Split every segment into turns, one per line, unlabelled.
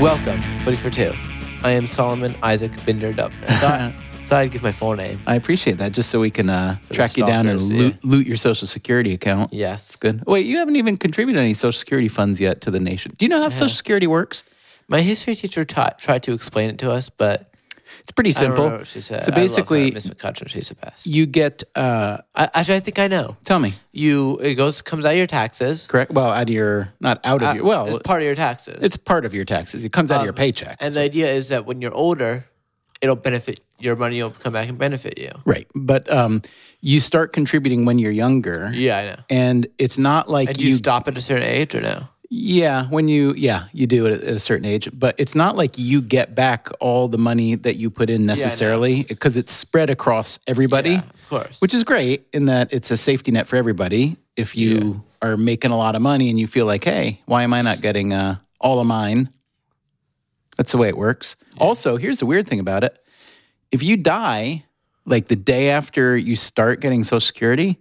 Welcome, Footy for Two. I am Solomon Isaac Binder Dubner. I thought, thought I'd give my full name.
I appreciate that. Just so we can uh,
the
track you down and
stalkers,
loot, loot your social security account.
Yes.
Good. Wait, you haven't even contributed any social security funds yet to the nation. Do you know how social security works?
My history teacher taught, tried to explain it to us, but
It's pretty
I don't
simple.
remember what she said.
So
I love her,
basically,
Miss McCutcheon, she's the best.
you get. Uh,
I, actually, I think I know.
tell me,
You it goes comes out of your taxes.
correct? Well, out of your not out of your. Well,
Uh, it's part of your taxes.
it's part of your taxes. It comes out of your paycheck.
and the idea is that when you're older, it'll benefit your money. Will come back and benefit you.
Right. But um, you start contributing when you're younger.
Yeah, I know.
And it's not like
And do
you,
you, stop at a certain age or no?
yeah, when you, yeah, you do it at, at a certain age, but it's not like you get back all the money that you put in necessarily because it's spread across everybody,
Yeah, of course.
which is great in that it's a safety net for everybody. If you are making a lot of money and you feel like, hey, why am I not getting uh, all of mine? That's the way it works. Also, here's the weird thing about it if you die like the day after you start getting social security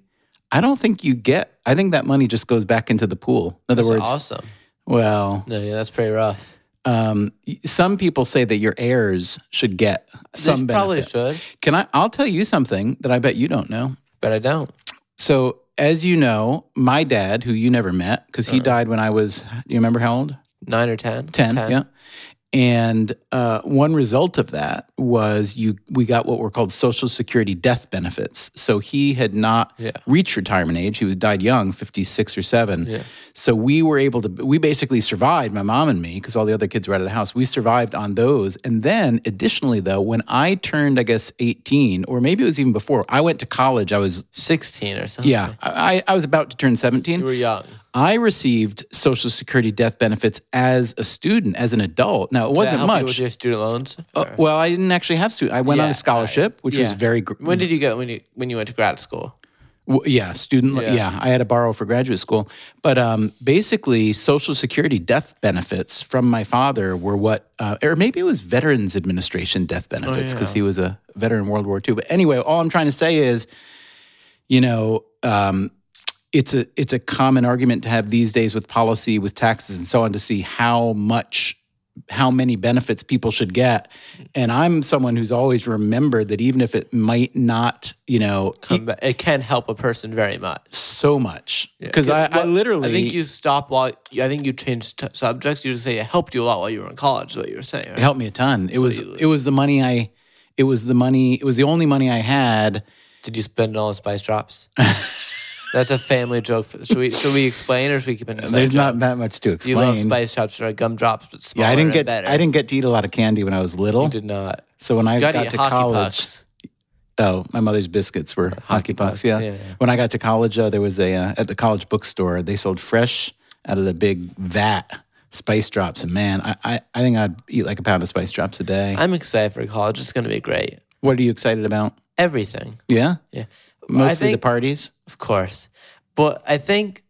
i don't think you get i think that money just goes back into the pool in other
That's
words
awesome.
well
No, yeah, that's pretty rough.
um, y- some people say that your heirs should get some
They probably
benefit
should,
can i i'll tell you something that i bet you don't know
but I don't.
so as you know my dad who you never met because he died when i was do you remember how old
Nine or ten.
10, yeah and uh, one result of that was you we got what were called social security death benefits so he had not
Yeah.
reached retirement age he was died young 56 or 7
Yeah.
so we were able to we basically survived my mom and me because all the other kids were out of the house we survived on those and then additionally though when i turned i guess 18 or maybe it was even before i went to college i was
Sixteen or something.
yeah i, I was about to turn 17
You were young.
I received Social Security death benefits as a student, as an adult. Now, it
Does that
wasn't
help you with
much.
your student loans.
Uh,
Or-
well, I didn't actually have student. I went on
Yeah,
a scholarship, which was
Yeah.
very gr-
when did you go when you when you went to grad school?
w- yeah, student. lo-
Yeah.
Yeah. I had to borrow for graduate school, but um, basically, Social Security death benefits from my father were what, uh, or maybe it was Veterans Administration death benefits because he was a veteran in World War II. But anyway, all I'm trying to say is, you know, um, it's a it's a common argument to have these days with policy, with taxes, and so on to see how much how many benefits people should get. And I'm someone who's always remembered that even if it might not, you know,
Come back- Um, It can help a person very much.
so much because I, I
Well,
literally
I think you stopped while I think you changed t- subjects. You just say it helped you a lot while you were in college. Is what you were saying.
it
Right?
helped me a ton. It was it was the money I it was the money it was the only money I had.
Did you spend all on Spice Drops? That's a family joke. For, should we should we explain or should we keep it?
There's not that much to
You love
explain.
Spice Drops or gumdrops, but smaller
Yeah, I didn't
and
get
better.
I didn't get to eat a lot of candy when I was little.
Did not.
So when I
You
got,
gotta eat
to
hockey
college,
pucks.
oh, my mother's biscuits were hockey
pucks,
pucks. Yeah.
yeah, yeah.
When I got to college, uh, there was a uh, at the college bookstore. They sold fresh out of the big vat spice drops, and man, I, I I think I'd eat like a pound of spice drops a day.
I'm excited for college. It's going to be great.
what are you excited about?
Everything.
Yeah,
Yeah. I
mostly
think,
the parties.
Of course. But I think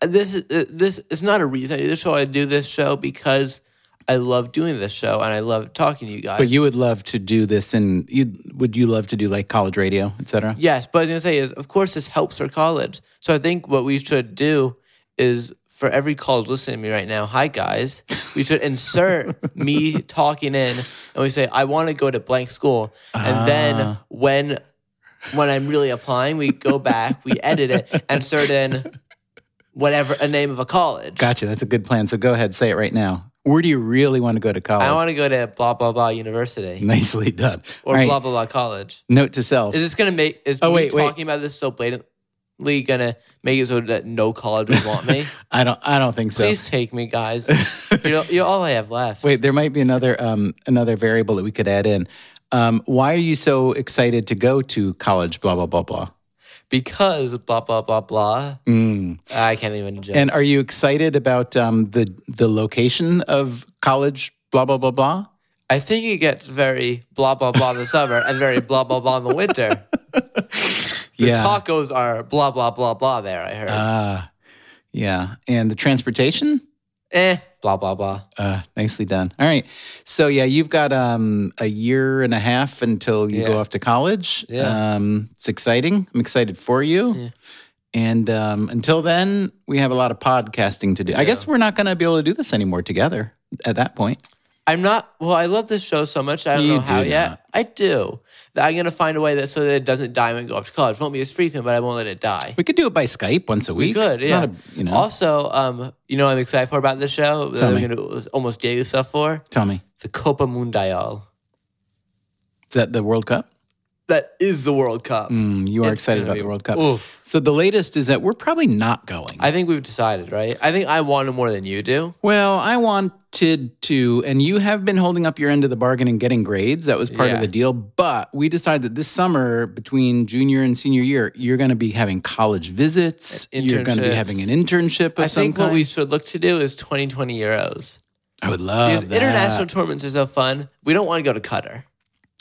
this is uh, this is not a reason I do this show. I do this show because I love doing this show and I love talking to you guys.
But you would love to do this, and you would you love to do like college radio, et cetera?
yes, but I was going to say is of course this helps for college. So I think what we should do is for every college listening to me right now, hi guys, we should insert me talking in and we say I want to go to blank school and then when when I'm really applying, we go back, we edit it, and insert in whatever a name of a college.
Gotcha. That's a good plan. So go ahead, say it right now. Where do you really want to go to college?
I want to go to blah blah blah university
Nicely done.
or
All right,
blah blah blah college.
Note to self.
Is this gonna make is
Oh,
me
wait, wait.
talking about this so blatantly gonna make it so that no college would want me?
I don't. I don't think so.
Please take me, guys. You're, you're all I have left.
Wait, there might be another um, another variable that we could add in. Um, why are you so excited to go to college? Blah blah blah blah.
because blah blah blah blah. I can't even. Joke.
Mm. And are you excited about um, the the location of college? Blah blah blah blah.
I think it gets very blah blah blah in the summer and very blah blah blah in the winter. The
yeah, Uh.
tacos are blah blah blah blah. There, I heard.
yeah. And the transportation.
eh, blah blah blah.
Uh, nicely done. All right. So yeah, you've got um, a year and a half until you
Yeah.
go off to college.
Yeah.
Um, it's exciting. I'm excited for you. And um, until then, we have a lot of podcasting to do. I guess we're not going to be able to do this anymore together. at that point.
I'm not. Well, I love this show so much. I don't
You
know how
do
yet.
not.
I do. That I'm gonna find a way that so that it doesn't die when we go off to college. Won't be as frequent, but I won't let it die.
We could do it by Skype once a week.
We could,
It's
yeah.
not a- you know,
Also, um, you know, what I'm excited for about this show that
Tell
I'm
me.
gonna do almost daily stuff for
tell me,
the Copa Mundial.
is that the World Cup?
That is the World Cup.
Mm, you are
It's
excited
gonna
about
be-
the World Cup.
Oof.
So the latest is that we're probably not going.
I think we've decided, right? I think I want it more than you do.
well, I wanted to, and you have been holding up your end of the bargain and getting grades. That was part
Yeah.
of the deal. But we decided that this summer, between junior and senior year, you're going to be having college visits. You're going to be
Internships.
having an internship of
I
some
think what
kind.
we should look to do is 2020 euros.
I would love
Because
that.
international tournaments are so fun. We don't want to go to Qatar.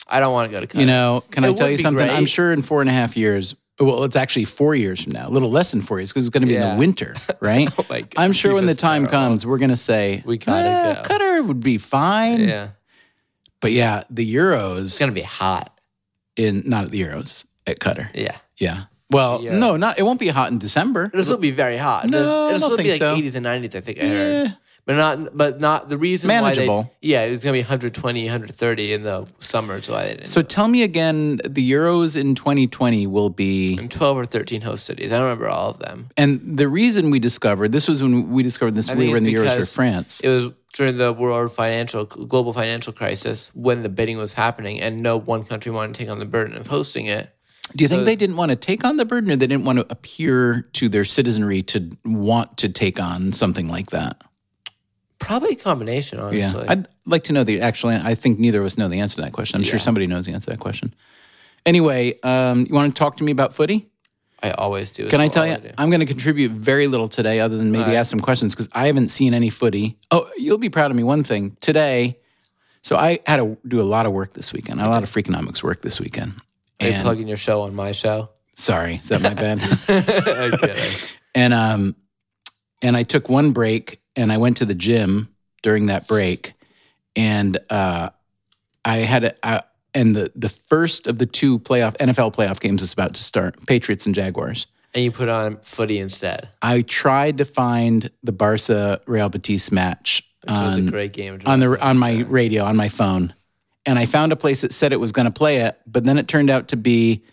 I don't want to go to Qatar.
You know, can
It
I tell
would
you
be
something? I'm
great.
sure in four and a half years, well, it's actually four years from now, a little less than four years because it's going to be in
Yeah.
the winter, right?
Oh my God,
I'm sure when the
FIFA's
time
terrible.
comes, we're going to say,
We gotta
"Ah,
go."
Qatar would be fine.
yeah,
But yeah, the
it's
Euros
gonna be hot.
in, not at the Euros, at Qatar.
Yeah,
Yeah. Well,
Yeah.
no, not, it won't be hot in December.
it'll still be very hot. It'll-
No, I
it'll
don't
still be
think
like
so.
80s and 90s. I think I
Yeah.
heard, but not, but not the reason Why
Manageable.
they, yeah, it's gonna be 120, 130 in the summer. So I didn't.
So tell me again, the Euros in 2020 will be.
I'm 12 or 13 host cities. I don't remember all of them.
And the reason we discovered this was when we discovered this,
think
we were in
it's
the Euros for
because
France.
It was during the world financial, global financial crisis when the bidding was happening, and no one country wanted to take on the burden of hosting it.
Do you think they didn't want to take on the burden or they didn't want to appear to their citizenry to want to take on something like that?
Probably a combination,
Yeah.
honestly.
I'd like to know the actual an- I think neither of us know the answer to that question. I'm sure somebody knows the answer to that question. Anyway, um, you want to talk to me about footy?
I always do. It's
Can I
what
tell
wanna
you?
do.
I'm going to contribute very little today other than maybe ask some questions because I haven't seen any footy. Oh, you'll be proud of me. One thing today. So I had to do a lot of work this weekend, a lot of freakonomics work this weekend.
Are you
And
plugging your show on my show?
sorry, is that my bad?
I'm kidding.
and um and I took one break and I went to the gym during that break and uh I had a I, and the the first of the two playoff NFL playoff games is about to start Patriots and Jaguars.
and you put on footy instead,
I tried to find the Barca Real Betis match
which was a
on,
great game. to
on
watch.
the on my radio on my phone and I found a place that said it was going to play it but then it turned out to be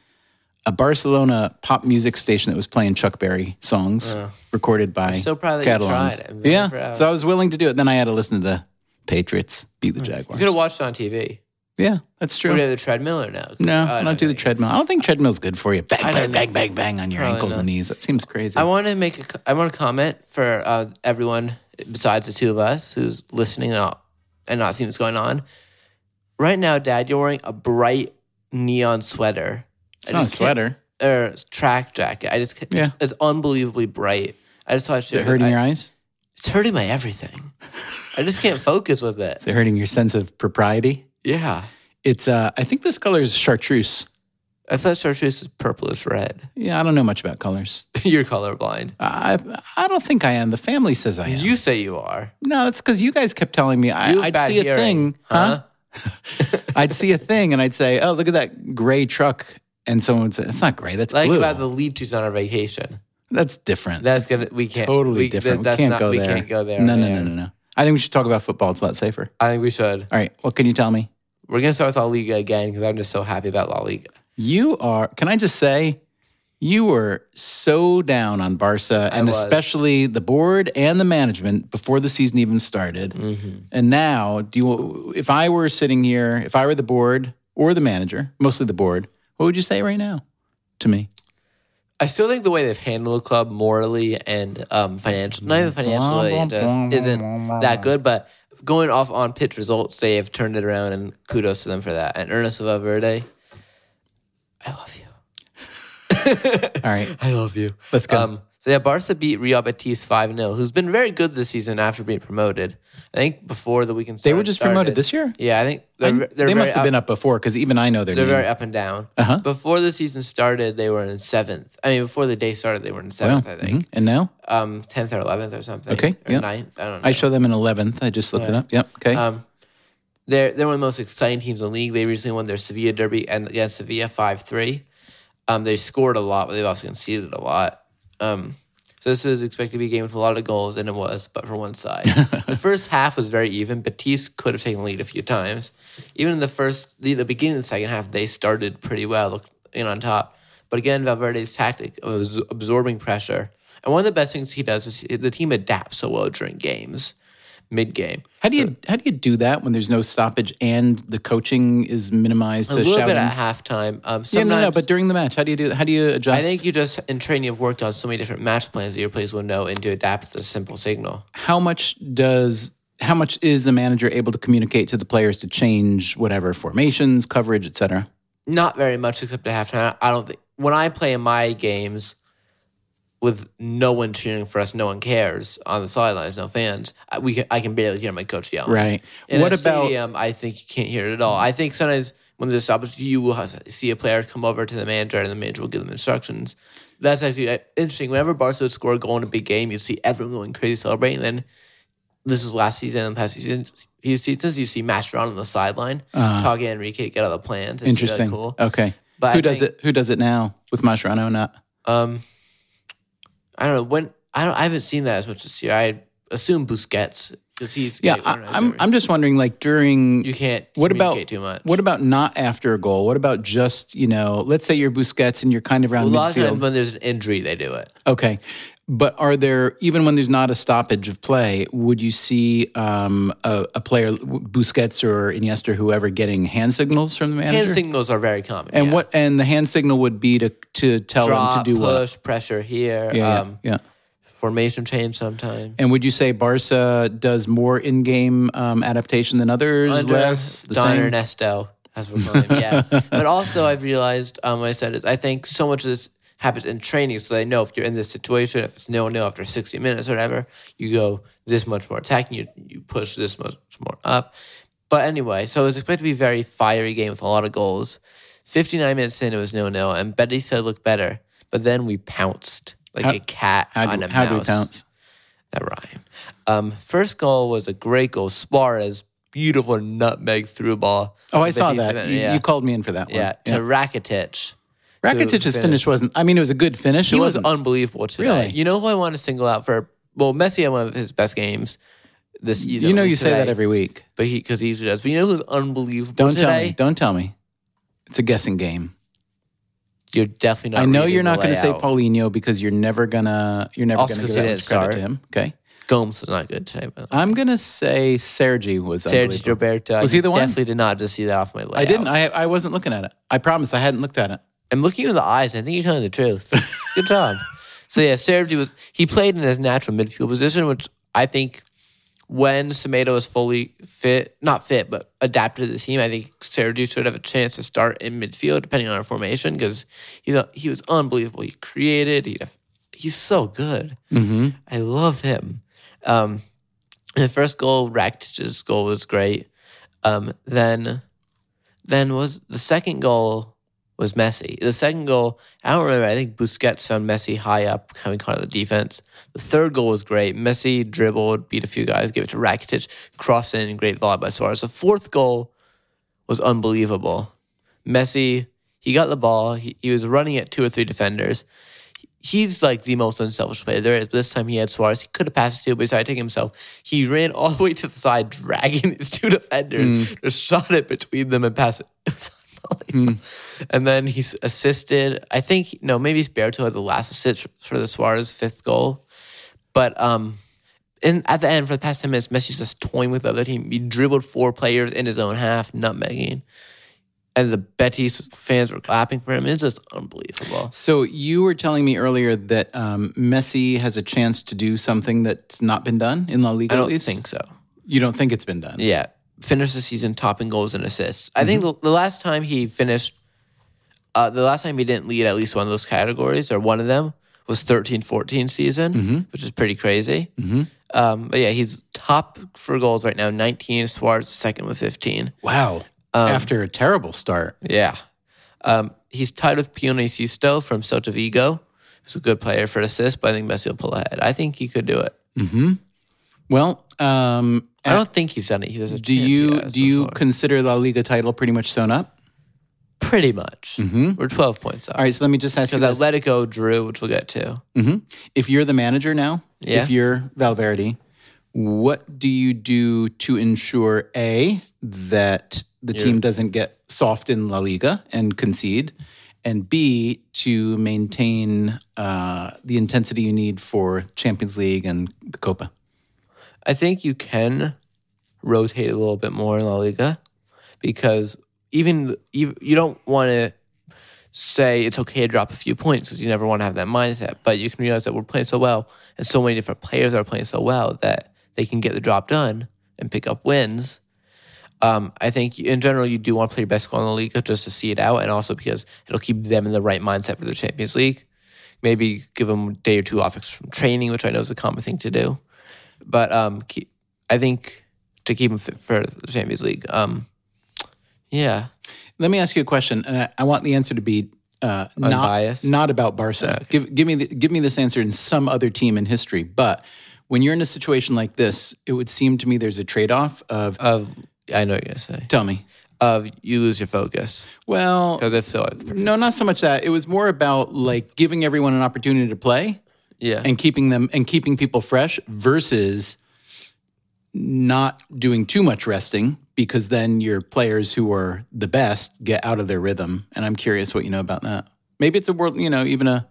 a Barcelona pop music station that was playing Chuck Berry songs recorded by
Uh. so proud that you
Catalans.
tried. I'm very
yeah,
proud.
so I was willing to do it. Then I had to listen to the Patriots beat the
Hmm. you
Jaguars.
could have watched it on TV.
Yeah, that's
Would you
true.
have the treadmill or no?
No, I
Oh,
don't do the
no.
treadmill. I don't think treadmill's good for you. Bang,
I
bang,
don't
bang, bang, bang on your
Probably
ankles
not.
and knees. That seems crazy.
I want to make a. co- I want to comment for uh, everyone besides the two of us who's listening and not, and not seeing what's going on. Right now, Dad, you're wearing a bright neon sweater.
it's not a sweater.
Or track jacket. I just. can't-
Yeah.
It's, it's unbelievably bright. I just thought I should.
Is it hurting
I-
your eyes?
It's hurting my everything. I just can't focus with it.
Is it hurting your sense of propriety?
Yeah.
It's. Uh, I think this color is chartreuse.
I thought chartreuse was purplish red.
Yeah, I don't know much about colors.
You're colorblind.
I I don't think I am. The family says I am.
You say you are.
no, that's because you guys kept telling me I,
You have
I'd
bad
see a
hearing,
thing, huh? I'd see a thing and I'd say, "Oh, look at that gray truck," and someone would say, "That's not gray. That's
Like
blue.
about the leeches on our vacation.
that's different.
That's gonna. We can't.
totally
we,
different.
That's, that's
we can't
not,
go
we
there.
can't go there.
No,
on
no,
air.
no, no, no. I think we should talk about football. It's a lot safer.
I think we should.
All right, what can you tell me?
We're gonna start with La Liga again because I'm just so happy about La Liga.
You are. Can I just say, you were so down on Barca and
was.
especially the board and the management before the season even started.
Mm-hmm.
And now, do you? If I were sitting here, if I were the board or the manager, mostly the board, what would you say right now to me?
I still think the way they've handled the club morally and um, financially, not even financially,
Blah, blah, blah,
just
blah,
isn't that good. But going off on pitch results, they have turned it around, and kudos to them for that. And Ernesto Valverde, I love you.
All right,
I love you.
let's go.
Um, so yeah, Barca beat Real Betis five 0 who's been very good this season after being promoted. I think before the weekend,
they were just promoted this year.
Yeah, I think they're, they're
they
very
must have
up-
been Uh-huh. up before because even I know their
They're
name.
very up and down. Before the season started, they were in seventh. I mean, before the day started, they were in seventh. I think
Mhm. And now
um, tenth or eleventh or something.
Okay,
or
yeah.
ninth. I don't know.
I show them in eleventh. I just looked it up. Yep. Okay.
um, they're they're one of the most exciting teams in the league. They recently won their Sevilla derby and against Sevilla five three. Um, they scored a lot, but they've also conceded a lot. Um, So this is expected to be a game with a lot of goals, and it was, but for one side. the first half was very even. Batiste could have taken the lead a few times. Even in the first, the, the beginning of the second half, they started pretty well, looked in on top. But again, Valverde's tactic of absorbing pressure. And one of the best things he does is the team adapts so well during games, mid game.
How do you how do you do that when there's no stoppage and the coaching is minimized
A
to
little bit
shouting?
at halftime. Um,
yeah, no, no,
sometimes-
but during the match, how do you do? How do you adjust?
I think you just in training have worked on so many different match plans that your players will know and to adapt to the simple signal.
how much does how much is the manager able to communicate to the players to change whatever formations, coverage, etc.?
Not very much except at halftime. I don't think when I play in my games with no one cheering for us, no one cares on the sidelines, no fans. I, we can, I can barely hear my coach yell.
Right.
In
what
a
about
stadium? I think you can't hear it at all. I think sometimes when there's opportunity, you will have- see a player come over to the manager and the manager will give them instructions. That's actually uh, interesting. Whenever Barca would score a goal in a big game, you'd see everyone going crazy celebrating. then this was last season and the past few seasons. Few seasons, you see Mascherano on the sideline talking to Enrique to get out of the plans. It's really
Uh-huh. interesting?
cool.
Okay,
But
who
I
does
think-
it? Who does it now with Mascherano? Not
Um, I don't know when. I don't. I haven't seen that as much this year. I assume Busquets because he's
yeah.
he
I,
organizes
I'm
everything.
I'm just wondering, like during
you can't.
What about
communicate too much?
What about not after a goal? What about just you know? Let's say you're Busquets and you're kind of
a
around
lot of times
midfield. Oh,
when there's an injury, they do it.
Okay, but are there even when there's not a stoppage of play? Would you see um, a, a player Busquets or Iniesta or whoever getting hand signals from the manager?
Hand signals are very common.
and
yeah.
what and the hand signal would be to to tell
Drop,
them to do what?
push, pressure here.
Yeah,
um,
yeah, yeah.
Formation change sometimes.
And would you say Barca does more in-game um, adaptation than others?
Under
less, the
Don
same?
Ernesto, as we're calling him. Yeah. but also, I've realized, um, what I said is, I think so much of this happens in training, so they know if you're in this situation, if it's no no after 60 minutes or whatever, you go this much more attacking, you you push this much more up. But anyway, so it was expected to be a very fiery game with a lot of goals. 59 minutes in, it was no no, and Betty said looked better, but then we pounced like a cat
How
on
do,
a
how
mouse
do we pounce?
that rhyme. Um, first goal was a great goal. Suarez, beautiful nutmeg through ball.
Oh, I saw
Batista,
that. You,
Yeah,
you called me in for that one.
yeah, to Rakitic.
Rakitic's finish wasn't. I mean, it was a good finish.
He
it
was
wasn't.
unbelievable today.
Really?
You know who I want to single out for? Well, Messi had one of his best games this season.
you know,
at
you
least
say that
today,
every week.
but he because he usually does. But you know who's unbelievable
Don't
today?
tell me. Don't tell me. It's a guessing game.
You're definitely not.
I know
reading
you're
the
not going to say
layout.
Paulinho because you're never gonna. You're never
Also
going
'cause
to
he
give that
didn't
much
start.
credit to him. Okay.
Gomes was not good today. But
I'm going to say Sergi was.
Sergio
unbelievable.
Roberto.
Was
I
he the one?
Definitely did not just see that off my layout.
I didn't. I I wasn't looking at it. I promise. I hadn't looked at it.
I'm looking you in the eyes. And I think you're telling the truth. Good job. So yeah, Sergi was he played in his natural midfield position, which I think when Semedo is fully fit, not fit, but adapted to the team, I think Sergi should have a chance to start in midfield depending on our formation because he's a, he was unbelievable. He created. He def- he's so good.
Mm-hmm.
I love him. Um, the first goal, Rakitic's goal was great. Um, then, then was the second goal was Messi. The second goal, I don't remember. I think Busquets found Messi high up, coming kind of the defense. The third goal was great. Messi dribbled, beat a few guys, gave it to Rakitic, crossed in, great volley by Suarez. The fourth goal was unbelievable. Messi, he got the ball. He, he was running at two or three defenders he's like the most unselfish player there is. But this time he had Suarez. He could have passed it to, but he decided to take himself. He ran all the way to the side, dragging these two defenders, just shot it between them and passed it. It was unbelievable. And then he's assisted. I think no, maybe Spirito had the last assist for the Suarez fifth goal. But um, in at the end for the past ten minutes, Messi's just toying with the other team. He dribbled four players in his own half, nutmegging. And the Betis fans were clapping for him. It's just unbelievable.
So you were telling me earlier that um, Messi has a chance to do something that's not been done in La Liga.
I don't
at least
think so.
you don't think it's been done.
Yeah. Finished the season top in goals and assists. I think
Mm-hmm.
the, the last time he finished, uh, the last time he didn't lead at least one of those categories or one of them was 13 14 season,
Mm-hmm.
which is pretty crazy. Um, but yeah, he's top for goals right now 19. Suarez is second with 15.
Wow.
Um,
After a terrible start.
Yeah. Um, he's tied with Pione Sisto from Celta Vigo, who's a good player for assists, but I think Messi will pull ahead. I think he could do it.
Well, um,
I don't think he's done it. He does a
do
chance he
you
has
do you
before.
consider La Liga title pretty much sewn up?
Pretty much.
Mm-hmm.
We're 12 points up.
All right, so let me just ask you
Because
this.
Atletico drew, which we'll get to.
Mm-hmm. if you're the manager now,
Yeah.
if you're Valverde, what do you do to ensure A, that the team doesn't get soft in La Liga and concede, and B, to maintain uh, the intensity you need for Champions League and the Copa?
I think you can rotate a little bit more in La Liga because even you, you don't want to say it's okay to drop a few points because you never want to have that mindset. But you can realize that we're playing so well and so many different players are playing so well that they can get the job done and pick up wins. Um, I think in general you do want to play your best squad in La Liga just to see it out and also because it'll keep them in the right mindset for the Champions League. Maybe give them a day or two off from training, which I know is a common thing to do but um, keep, I think to keep him fit for the Champions League. Um, yeah,
Let me ask you a question. Uh, I want the answer to be uh, not,
Unbiased?
not about Barca. Give, give me the, give me this answer in some other team in history. But when you're in a situation like this, it would seem to me there's a trade off of
of I know what you're gonna say
tell me.
of you lose your focus
Well,
because if so, I've,
no, not so much that. It was more about like giving everyone an opportunity to play
yeah,
and keeping them and keeping people fresh versus not doing too much resting because then your players who are the best get out of their rhythm. And I'm curious what you know about that. Maybe it's a world, you know, even a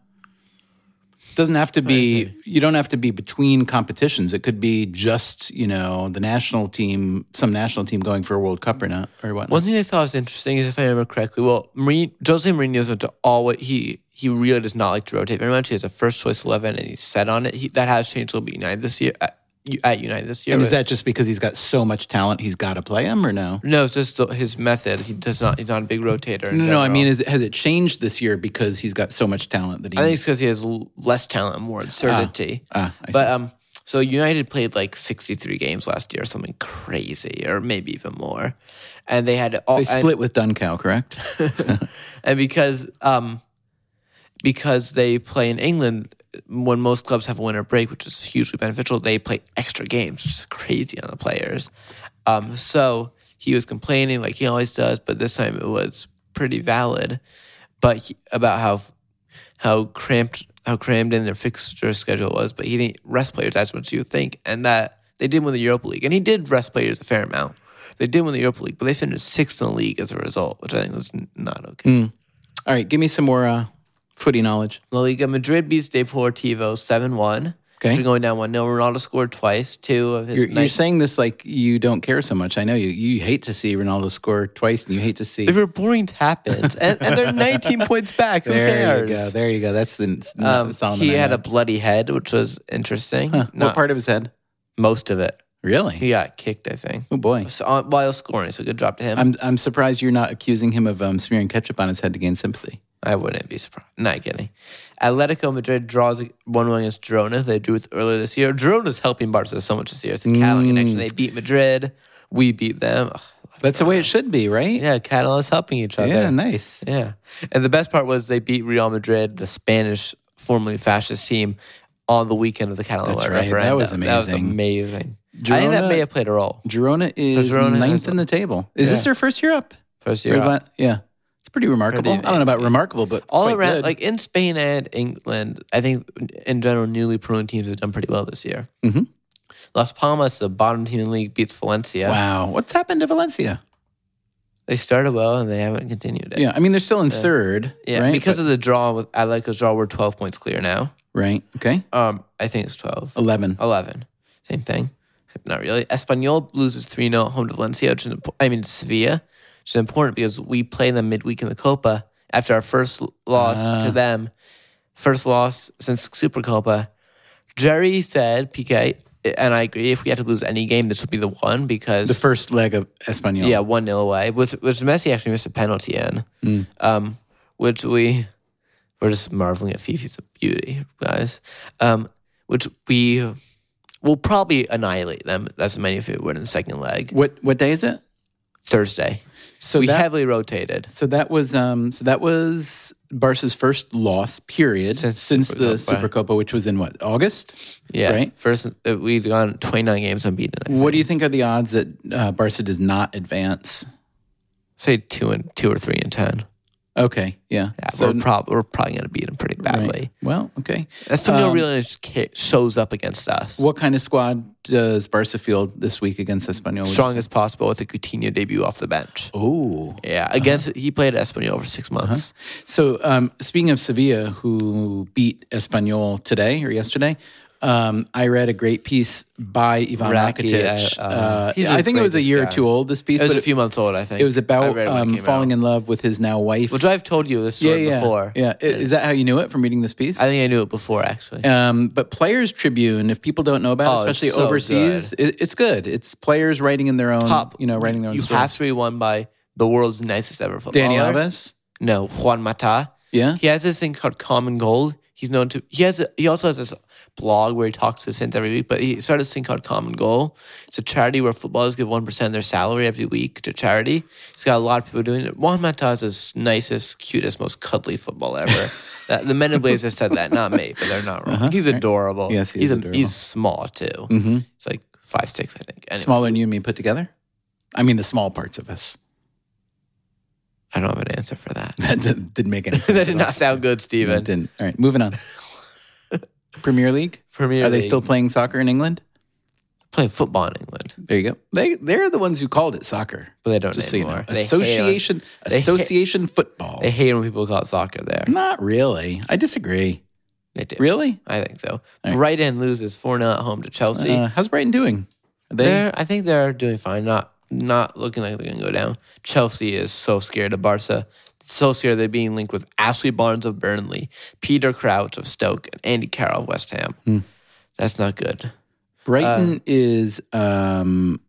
doesn't have to be you don't have to be between competitions. It could be just, you know, the national team, some national team going for a World Cup or not or whatnot.
One thing I thought was interesting is if I remember correctly, well, Marie, Jose Mourinho's known to always he he really does not like to rotate very much. He has a first choice eleven, and he's set on it. He, that has changed a little bit United this year at, at United this year.
And is
but-
that just because he's got so much talent, he's got to play him, or no?
no, it's just his method. He does not. He's not a big rotator. in
No, no. I
general.
mean, is, has it changed this year because he's got so much talent that he?
I think it's because he has l- less talent and more uncertainty.
ah, I
but um, so United played like 63 games last year, something crazy, or maybe even more. And they had all
they
and-
split with Duncow, correct?
and because um, because they play in England, when most clubs have a winter break, which is hugely beneficial, they play extra games, which is crazy on the players. Um, so he was complaining like he always does, but this time it was pretty valid. But he, about how how cramped how crammed in their fixture schedule was, but he didn't rest players as much as you would think, and that they did win the Europa League, and he did rest players a fair amount. They did win the Europa League, but they finished sixth in the league as a result, which I think was n- not okay.
All right, give me some more uh, footy knowledge.
La Liga, Madrid beats Deportivo 7 1.
Okay.
After going down 1 0, Ronaldo scored twice, two of his
You're, you're
nice-
saying this like you don't care so much. I know you. You hate to see Ronaldo score twice, and you hate to see.
They were boring tap ins, and, and they're 19 points back. Who
there
cares?
you go. There you go. That's the. it's not
Um,
the Solomon
he
I
had
know.
a bloody head, which was interesting.
what
Not
part of his head?
most of it.
Really?
He got kicked, I think.
oh boy.
So, uh, while scoring, so good job to him.
I'm I'm surprised you're not accusing him of um, smearing ketchup on his head to gain sympathy.
I wouldn't be surprised. Not kidding. Atletico Madrid draws 1 1 against Girona. They drew with earlier this year. Girona's helping Barca so much this year. It's the Catalan connection.
Mm.
They beat Madrid. We beat them. Ugh,
That's the way it should be, right?
Yeah, Catalans helping each other.
yeah nice.
Yeah. And the best part was they beat Real Madrid, the Spanish, formerly fascist team, on the weekend of the Catalan
That's right. That
referendum.
was
That was
amazing.
amazing. I think that
Girona-
may have played a role.
Girona is
Girona
ninth
has-
in the table. Is this
Yeah.
their first year up?
First
Or
year. up.
la- yeah. It's pretty remarkable.
Pretty-
I don't know about remarkable, but
All
quite
around,
good.
like in Spain and England, I think in general, newly promoted teams have done pretty well this year.
Mhm.
Las Palmas, the bottom team in the league, beats Valencia.
wow, what's happened to Valencia?
They started well and they haven't continued it.
Yeah, I mean they're still in third,
Yeah,
right?
because
But-
of the draw with Atletico's draw, we're 12 points clear now.
right, okay,
Um, I think it's 12.
eleven.
11. Same thing. Except Not really. Espanol loses 3 0 home to Valencia, which is, impo- I mean, Sevilla, which is important because we play them midweek in the Copa after our first l- loss
Ah.
to them, first loss since Super Copa. Jerry said, PK, and I agree, if we had to lose any game, this would be the one because,
The first leg of Espanyol.
yeah, 1 0 away, which, which Messi actually missed a penalty in,
Mm.
um, which we. We're just marveling at Fifi's beauty, guys. Um, which we will probably annihilate them. That's many if it were in the second leg.
What what day is it?
Thursday.
So
we
that
heavily rotated.
so that was um so that was Barca's first loss period
Since
since,
Supercopa.
the Supercopa, which was in what August.
Yeah.
Right.
First, uh, we've gone 29 games unbeaten. I
What do you think are the odds that uh, Barca does not advance?
Say two and two or three and 10.
Okay. Yeah.
Yeah, we're, prob- we're probably going to beat them pretty badly.
right. Well, okay.
Espanol
Um,
really just ca- shows up against us.
What kind of squad does Barca field this week against Espanyol?
Strong as possible with a Coutinho debut off the bench.
Oh.
Yeah, against he played at Espanyol for six
Uh-huh.
months.
So, um, speaking of Sevilla, who beat Espanyol today or yesterday, um, I read a great piece by Ivan
Raki,
Rakitic.
uh,
Uh,
uh, he's a
I think it
great
was a year or
guy.
two old, this piece,
It was
but
a few months old, I think.
it was
I
about
read it when it
um,
came
falling
out.
in love with his now wife.
which I've told you this story
yeah,
before.
Yeah. I- Is that how you knew it from reading this piece?
I think I knew it before actually.
Um, but Players Tribune, if people don't know about,
Oh,
it,
it's
especially
so
overseas, it, it's good. It's players writing in their own,
Top.
you know, writing their own.
you
stories.
have to be won by the world's nicest ever footballer.
Danny Alves,
No, Juan Mata.
yeah,
He has this thing called Common Gold. He's known to. He has. A, he also has this blog where he talks to his fans every week. But he started this thing called Common Goal. It's a charity where footballers give one percent of their salary every week to charity. He's got a lot of people doing it. Juan Mata is the nicest, cutest, most cuddly football ever. That- the men in blazers said that, not me, but they're not wrong. He's adorable.
Uh-huh. Yes, he is
he's a-
adorable.
he's small too.
Mhm.
He's like five six, I think. Anyway,
smaller than you and me put together. I mean, the small parts of us.
I don't have an answer for that.
That did- didn't make any. sense
that
at
did
all.
not sound good,
No,
Steven.
it didn't. All right, moving on. Premier League.
Premier
Are they
League.
still playing soccer in England?
playing football in England?
There you go. They they're the ones who called it soccer.
But they don't
Just so you
anymore.
know,
They hate
association
They hate-
association football.
They hate when people call it soccer there.
Not really. I disagree.
They do.
Mm-hmm. Really?
I think so.
right.
Brighton loses 4 0 at home to Chelsea.
Uh, how's Brighton doing? Are they
they're, I think they're doing fine. Not not looking like they're going to go down. Chelsea is so scared of Barca. So scared they're being linked with Ashley Barnes of Burnley, Peter Crouch of Stoke, and Andy Carroll of West Ham.
Hmm.
That's not good.
Brighton
uh,
is um,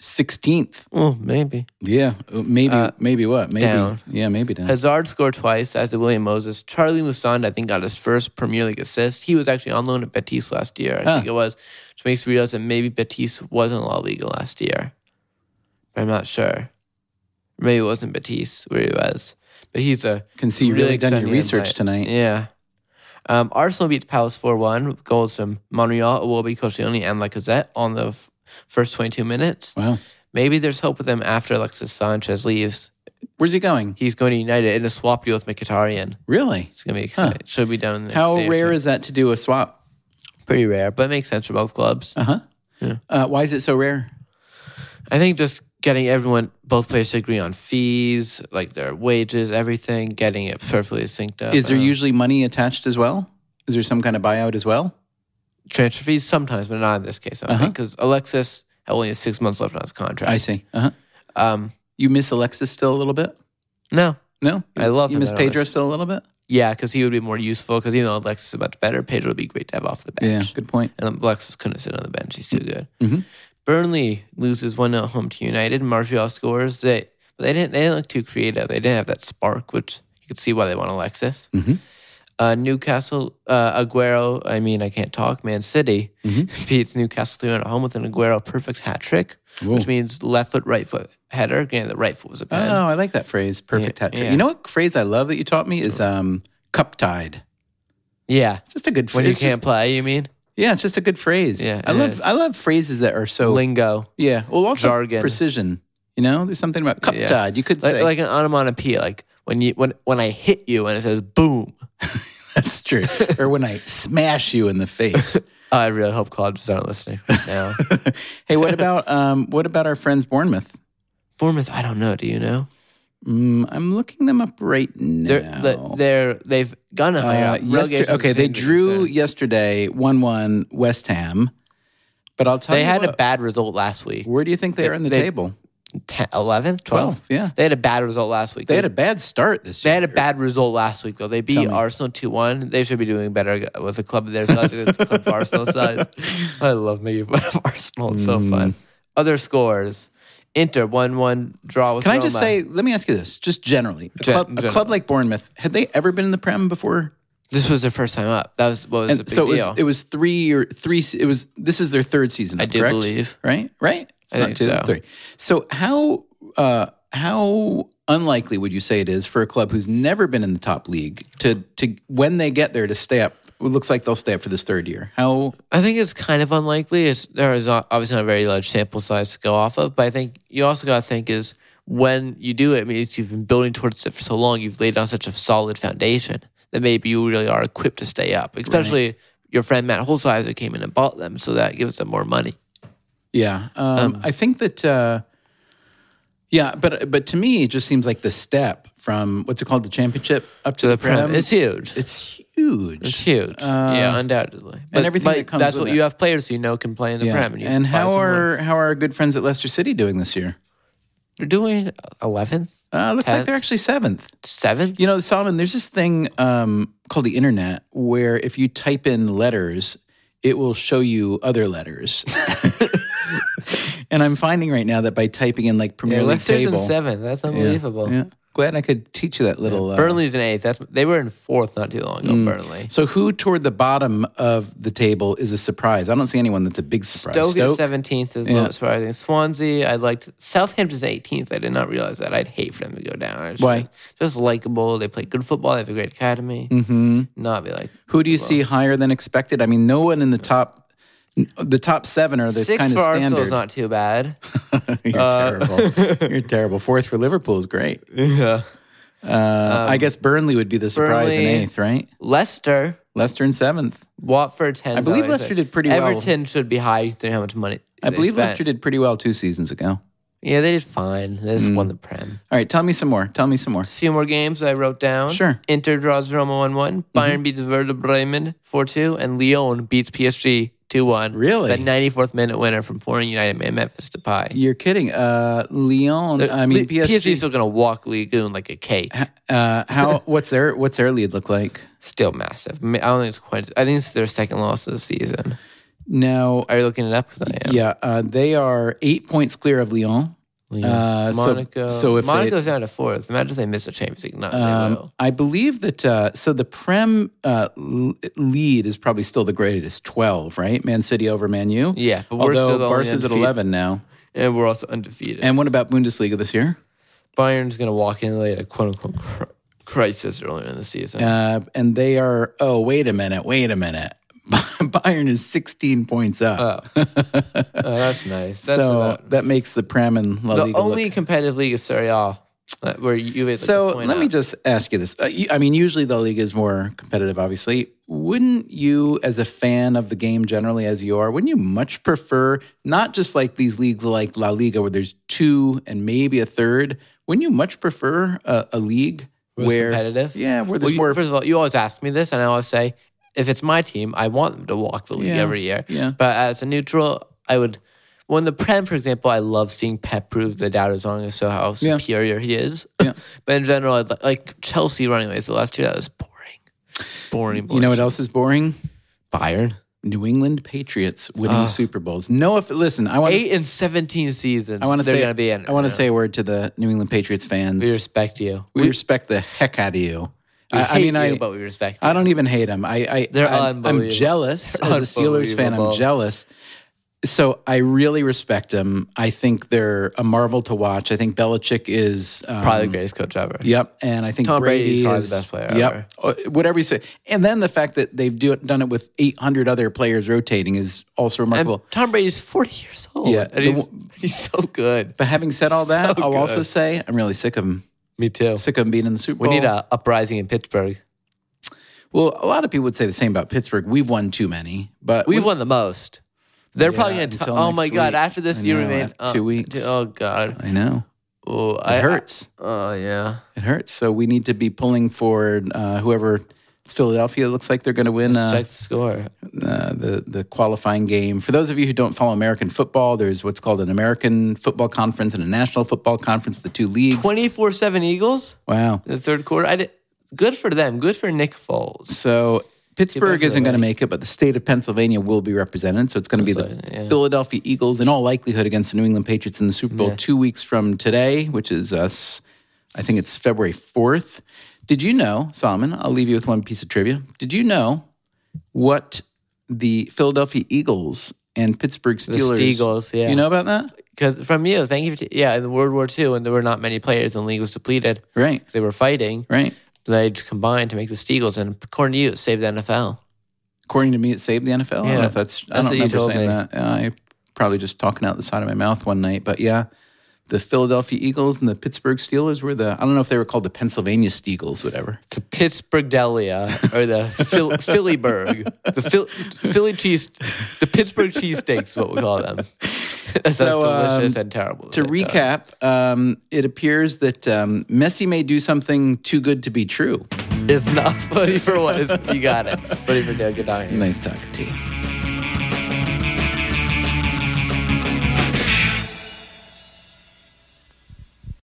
16th.
Well, maybe.
Yeah, Oh, maybe maybe what? Maybe
Uh, down.
yeah, maybe down.
Hazard scored twice, as did William Moses. Charlie Musonda, I think, got his first Premier League assist. He was actually on loan at Betis last year, I
Huh.
think it was, which makes me realize that maybe Betis wasn't La Liga last year. But I'm not sure. Maybe it wasn't Betis where he was. But he's a
Can see you really done your
exciting
research
invite.
tonight.
Yeah. Um, Arsenal beat Palace 4 1, goals from Monreal, Iwobi, Koscielny, and Lacazette on the f- first 22 minutes.
Wow.
Maybe there's hope with them after Alexis Sanchez leaves.
Where's he going?
He's going to United in a swap deal with Mkhitaryan.
Really?
It's gonna be exciting. Should be down in the next
How
day or
rare
two.
is that to do a swap?
pretty rare, but it makes sense for both clubs.
Uh-huh.
Yeah.
Uh, why is it so rare?
I think just getting everyone, both players to agree on fees, like their wages, everything, getting it perfectly synced up.
Is there
Uh,
usually money attached as well? Is there some kind of buyout as well?
transfer fees sometimes, but not in this case? I because Alexis only has six months left on his
Uh-huh. I
contract.
see. Uh-huh.
um,
You miss Alexis still a little bit?
no,
No?
I love
You
him,
miss
I don't
Pedro
miss-
still a little bit?
yeah, because he would be more useful. Because even though Alexis is much better, Pedro would be great to have off the
Yeah,
bench.
good point.
And Alexis couldn't sit on the bench; he's too good.
Mhm.
Burnley loses one at home to United. Martial scores. They but they didn't they didn't look too creative. They didn't have that spark, which you could see why they want Alexis.
Mhm.
Uh, Newcastle uh, Aguero. I mean, I can't talk. Man City beats Newcastle three at home with an Aguero perfect hat trick, which means left foot, right foot header. Granted, the right foot was a pen.
Oh, I like that phrase. Perfect hat trick.
yeah.
You know what phrase I love that you taught me is um, cup tied.
yeah,
It's just a good phrase.
when you
It's
can't
just-
play, you mean
yeah, it's just a good phrase.
Yeah,
I
it
love
is.
I love phrases that are so
lingo,
yeah. Well, also
Jargon.
precision. You know, there's something about cup
Yeah.
tied. You could
like,
say
like an onomatopoeia, like when you when when I hit you and it says boom.
that's true, or when I smash you in the face.
I really hope colleges aren't listening right now.
hey, what about um, what about our friends Bournemouth?
Bournemouth, I don't know. Do you know?
Mm, I'm looking them up right now.
They're the- they're they've gone
Uh,
higher up.
yester-
Relegation
okay, they
standings,
drew
so-
yesterday one one West Ham, but I'll tell
They
you
had
what,
a bad result last week.
Where do you think they,
They-
are in the
they-
table?
Te- 11th, 12th.
12th, yeah.
They had a bad result last week.
They had a bad start this
They
year.
had a bad result last week, though. They beat Arsenal 2 1. They should be doing better with a club of their size against a club of Arsenal size. I love making fun of Arsenal. It's so
Mm.
fun. Other scores Inter 1 1, draw with
Can I just
Roma.
say, let me ask you this, just generally. A,
Gen-
club, a
general.
club like Bournemouth, had they ever been in the Prem before?
this was their first time up? That was what was a big
so it was
deal.
it was three or three se- it was this is their third season.
I
up,
do
correct?
believe.
Right? Right? It's
I think so.
three. So how uh how unlikely would you say it is for a club who's never been in the top league to to when they get there to stay up? It looks like they'll stay up for this third year. How
I think it's kind of unlikely. It's, there is o- obviously not a very large sample size to go off of, but I think you also got to think is when you do it, it means you've been building towards it for so long, you've laid down such a solid foundation that maybe you really are equipped to stay up. Especially your friend Matt Holzheiser came in and bought them, so that gives them more money.
Yeah, um, I think that. Uh, yeah, but but to me, it just seems like the step from what's it called, the championship up to,
The prem is huge.
It's huge.
It's huge. yeah, undoubtedly. But,
Uh, everything that comes
that's
with
what
it.
you have players you know can play in the
Yeah.
prem. you
And
buy
how
someone.
are how are our good friends at Leicester City doing this year?
they're doing? Eleventh,
Uh, looks like
Tenth.
they're actually seventh.
seventh.
You know, Solomon, there's this thing um, called the internet where if you type in letters, it will show you other letters. and I'm finding right now that by typing in like Premier
Yeah,
League
Leicester's in
table,
seventh. That's
Yeah,
unbelievable.
yeah. Glad I could teach you that little. uh,
Burnley's in eighth. That's they were in fourth not too long ago.
Mm.
Burnley.
So who toward the bottom of the table is a surprise? I don't see anyone that's a big surprise.
Stoke,
Stoke?
at seventeenth is not surprising. Swansea, I liked. Southampton's eighteenth. I did not realize that. I'd hate for them to go down. I just-
Why?
Just likable. They play good football. They have a great academy.
Mm-hmm.
Not be like
Who do you see higher than expected? I mean, no one in the top. The top seven are the
six
kind of
for Uh, Arsenal's
standard.
not too bad.
You're terrible. You're terrible. Fourth for Liverpool is great.
yeah.
Uh, I guess Burnley would be the surprise in
Um, Burnley-
eighth, right?
Leicester,
Leicester in seventh.
Watford ten.
I believe Leicester did pretty well.
Everton should be high. Considering how much money?
I
they
believe
spent.
Leicester did pretty well two seasons ago. All
Yeah, they did fine. They
Mm.
just won the prem.
right, tell me some more. Tell me some more.
A few more games I wrote down.
Sure. Mm-hmm.
Inter draws Roma one one. Bayern beats Werder Bremen four two, and Lyon beats PSG two one.
Really?
The ninety fourth minute winner from foreign United man Memphis Depay.
You're kidding. Uh, Lyon. I mean,
Le-
PSG.
still gonna walk Ligoon like a cake.
uh, how? What's their What's their lead look like
Still massive. Ma- I don't think it's quite. I think it's their second loss of the season.
now?
Are you looking it up? Because I am.
Yeah, uh, they are eight points clear of Lyon.
Lyon.
Uh, so-
Monaco.
so if they-
Monaco's down to fourth, imagine if they miss the Champions League. Not they will.
Um, I believe that uh, so the Prem uh, l- lead is probably still the greatest, twelve, right? Man City over Man U.
Yeah, but we're
although
still the only
Barca's at
undefeated.
eleven now.
and we're also undefeated.
And what about Bundesliga this year?
Bayern's going to walk in late a quote unquote cr- crisis earlier in the season.
Uh, and they are. Oh, wait a minute! Wait a minute! Bayern is sixteen points up,
Oh, that's nice. Uh, That's
so
about,
that makes the Prem and La
the
Liga look
only competitive league is Serie A, uh, where you like
So
the point
let me
up.
just ask you this. Uh, you, I mean, usually the league is more competitive, obviously. Wouldn't you, as a fan of the game generally, as you are, wouldn't you much prefer not just like these leagues like La Liga, where there's two and maybe a third? Wouldn't you much prefer a, a league
Where it's competitive?
Yeah, where
Well,
there's
you-
more.
first of all, you always ask me this, and I always say, if it's my team, I want them to walk the league
Yeah,
every year.
yeah.
But as a neutral, I would. When the Prem, for example, I love seeing Pep prove the doubters wrong and show how
Yeah.
superior he is. but in general, I'd li- like Chelsea running away the last two, that was boring. Boring, boring.
you know what else is boring?
Bayern.
New England Patriots winning
Ah.
Super Bowls. No, if listen, I want
Eight
to.
and 17 seasons.
I want to
they're
say.
gonna be in. it,
I want to
you know?
say a word to the New England Patriots fans.
we respect you.
We respect the heck out of you.
We
I, I
hate
mean, I
you, but we respect you.
I don't even hate them. I, I
They're
I'm, I'm
unbelievable.
jealous
They're
as a Steelers fan. I'm
unbelievable.
jealous. So I really respect them. I think they're a marvel to watch. I think Belichick is um,
Probably the greatest coach ever.
Yep, and I think
Tom
Brady
Brady's probably the
is
best player
Yep,
ever.
Uh, whatever you say. And then the fact that they've do, done it with 800 other players rotating is also
And
remarkable.
Tom Brady's 40 years old.
Yeah,
And
the
he's, he's so good.
but having said all that,
So
I'll also
good.
say I'm really sick of them.
Me too.
Sick of them being in the Super
We
Bowl.
need a uprising in Pittsburgh.
well, a lot of people would say the same about Pittsburgh. We've won too many, but
We've won the most. They're
Yeah,
probably going to.
until
Oh
next
my God.
week.
After
I
this, you
know,
remain.
after two
uh,
weeks.
to- oh God.
I know
Oh,
it
I,
hurts.
Oh, yeah.
It hurts. So we need to be pulling forward. Uh, whoever it's Philadelphia, it looks like they're going to win
Let's
uh,
check the score.
uh, the the qualifying game. For those of you who don't follow American football, there's what's called an American Football Conference and a National Football Conference. The two leagues.
24 7 Eagles
Wow.
in the third quarter. I did, good for them. Good for Nick Foles.
So Pittsburgh
for
isn't
the
going to make it, but the state of Pennsylvania will be represented. So it's going to be the
Looks like, yeah.
Philadelphia Eagles, in all likelihood, against the New England Patriots in the Super Bowl
Yeah.
two weeks from today, which is us. I think it's February fourth. Did you know, Solomon? I'll leave you with one piece of trivia. Did you know what the Philadelphia Eagles and Pittsburgh Steelers?
Steagles, yeah.
You know about that,
Because from you, thank you. To, yeah, in the World War II, when there were not many players and the league was depleted,
right?
they were fighting.
Right.
They just combined to make the Steagles, and according to you, it saved the NFL.
According to me, it saved the NFL. I don't know
Yeah.
if that's.
That's
I
what
don't
you
remember
told
saying
me.
that. I probably just talking out the side of my mouth one night, but yeah, the Philadelphia Eagles and the Pittsburgh Steelers were the I don't know if they were called the Pennsylvania Steagles, whatever.
The Pittsburgh Delia or the Phil- Phillyburg, the Phil- Philly cheese, the Pittsburgh cheesesteaks, what we call them. That's
So,
delicious
um,
and terrible.
To recap, um, it appears that um, Messi may do something too good to be true.
it's not funny for what is you got it. Funny for Doug Good talking to you.
Nice talking to you.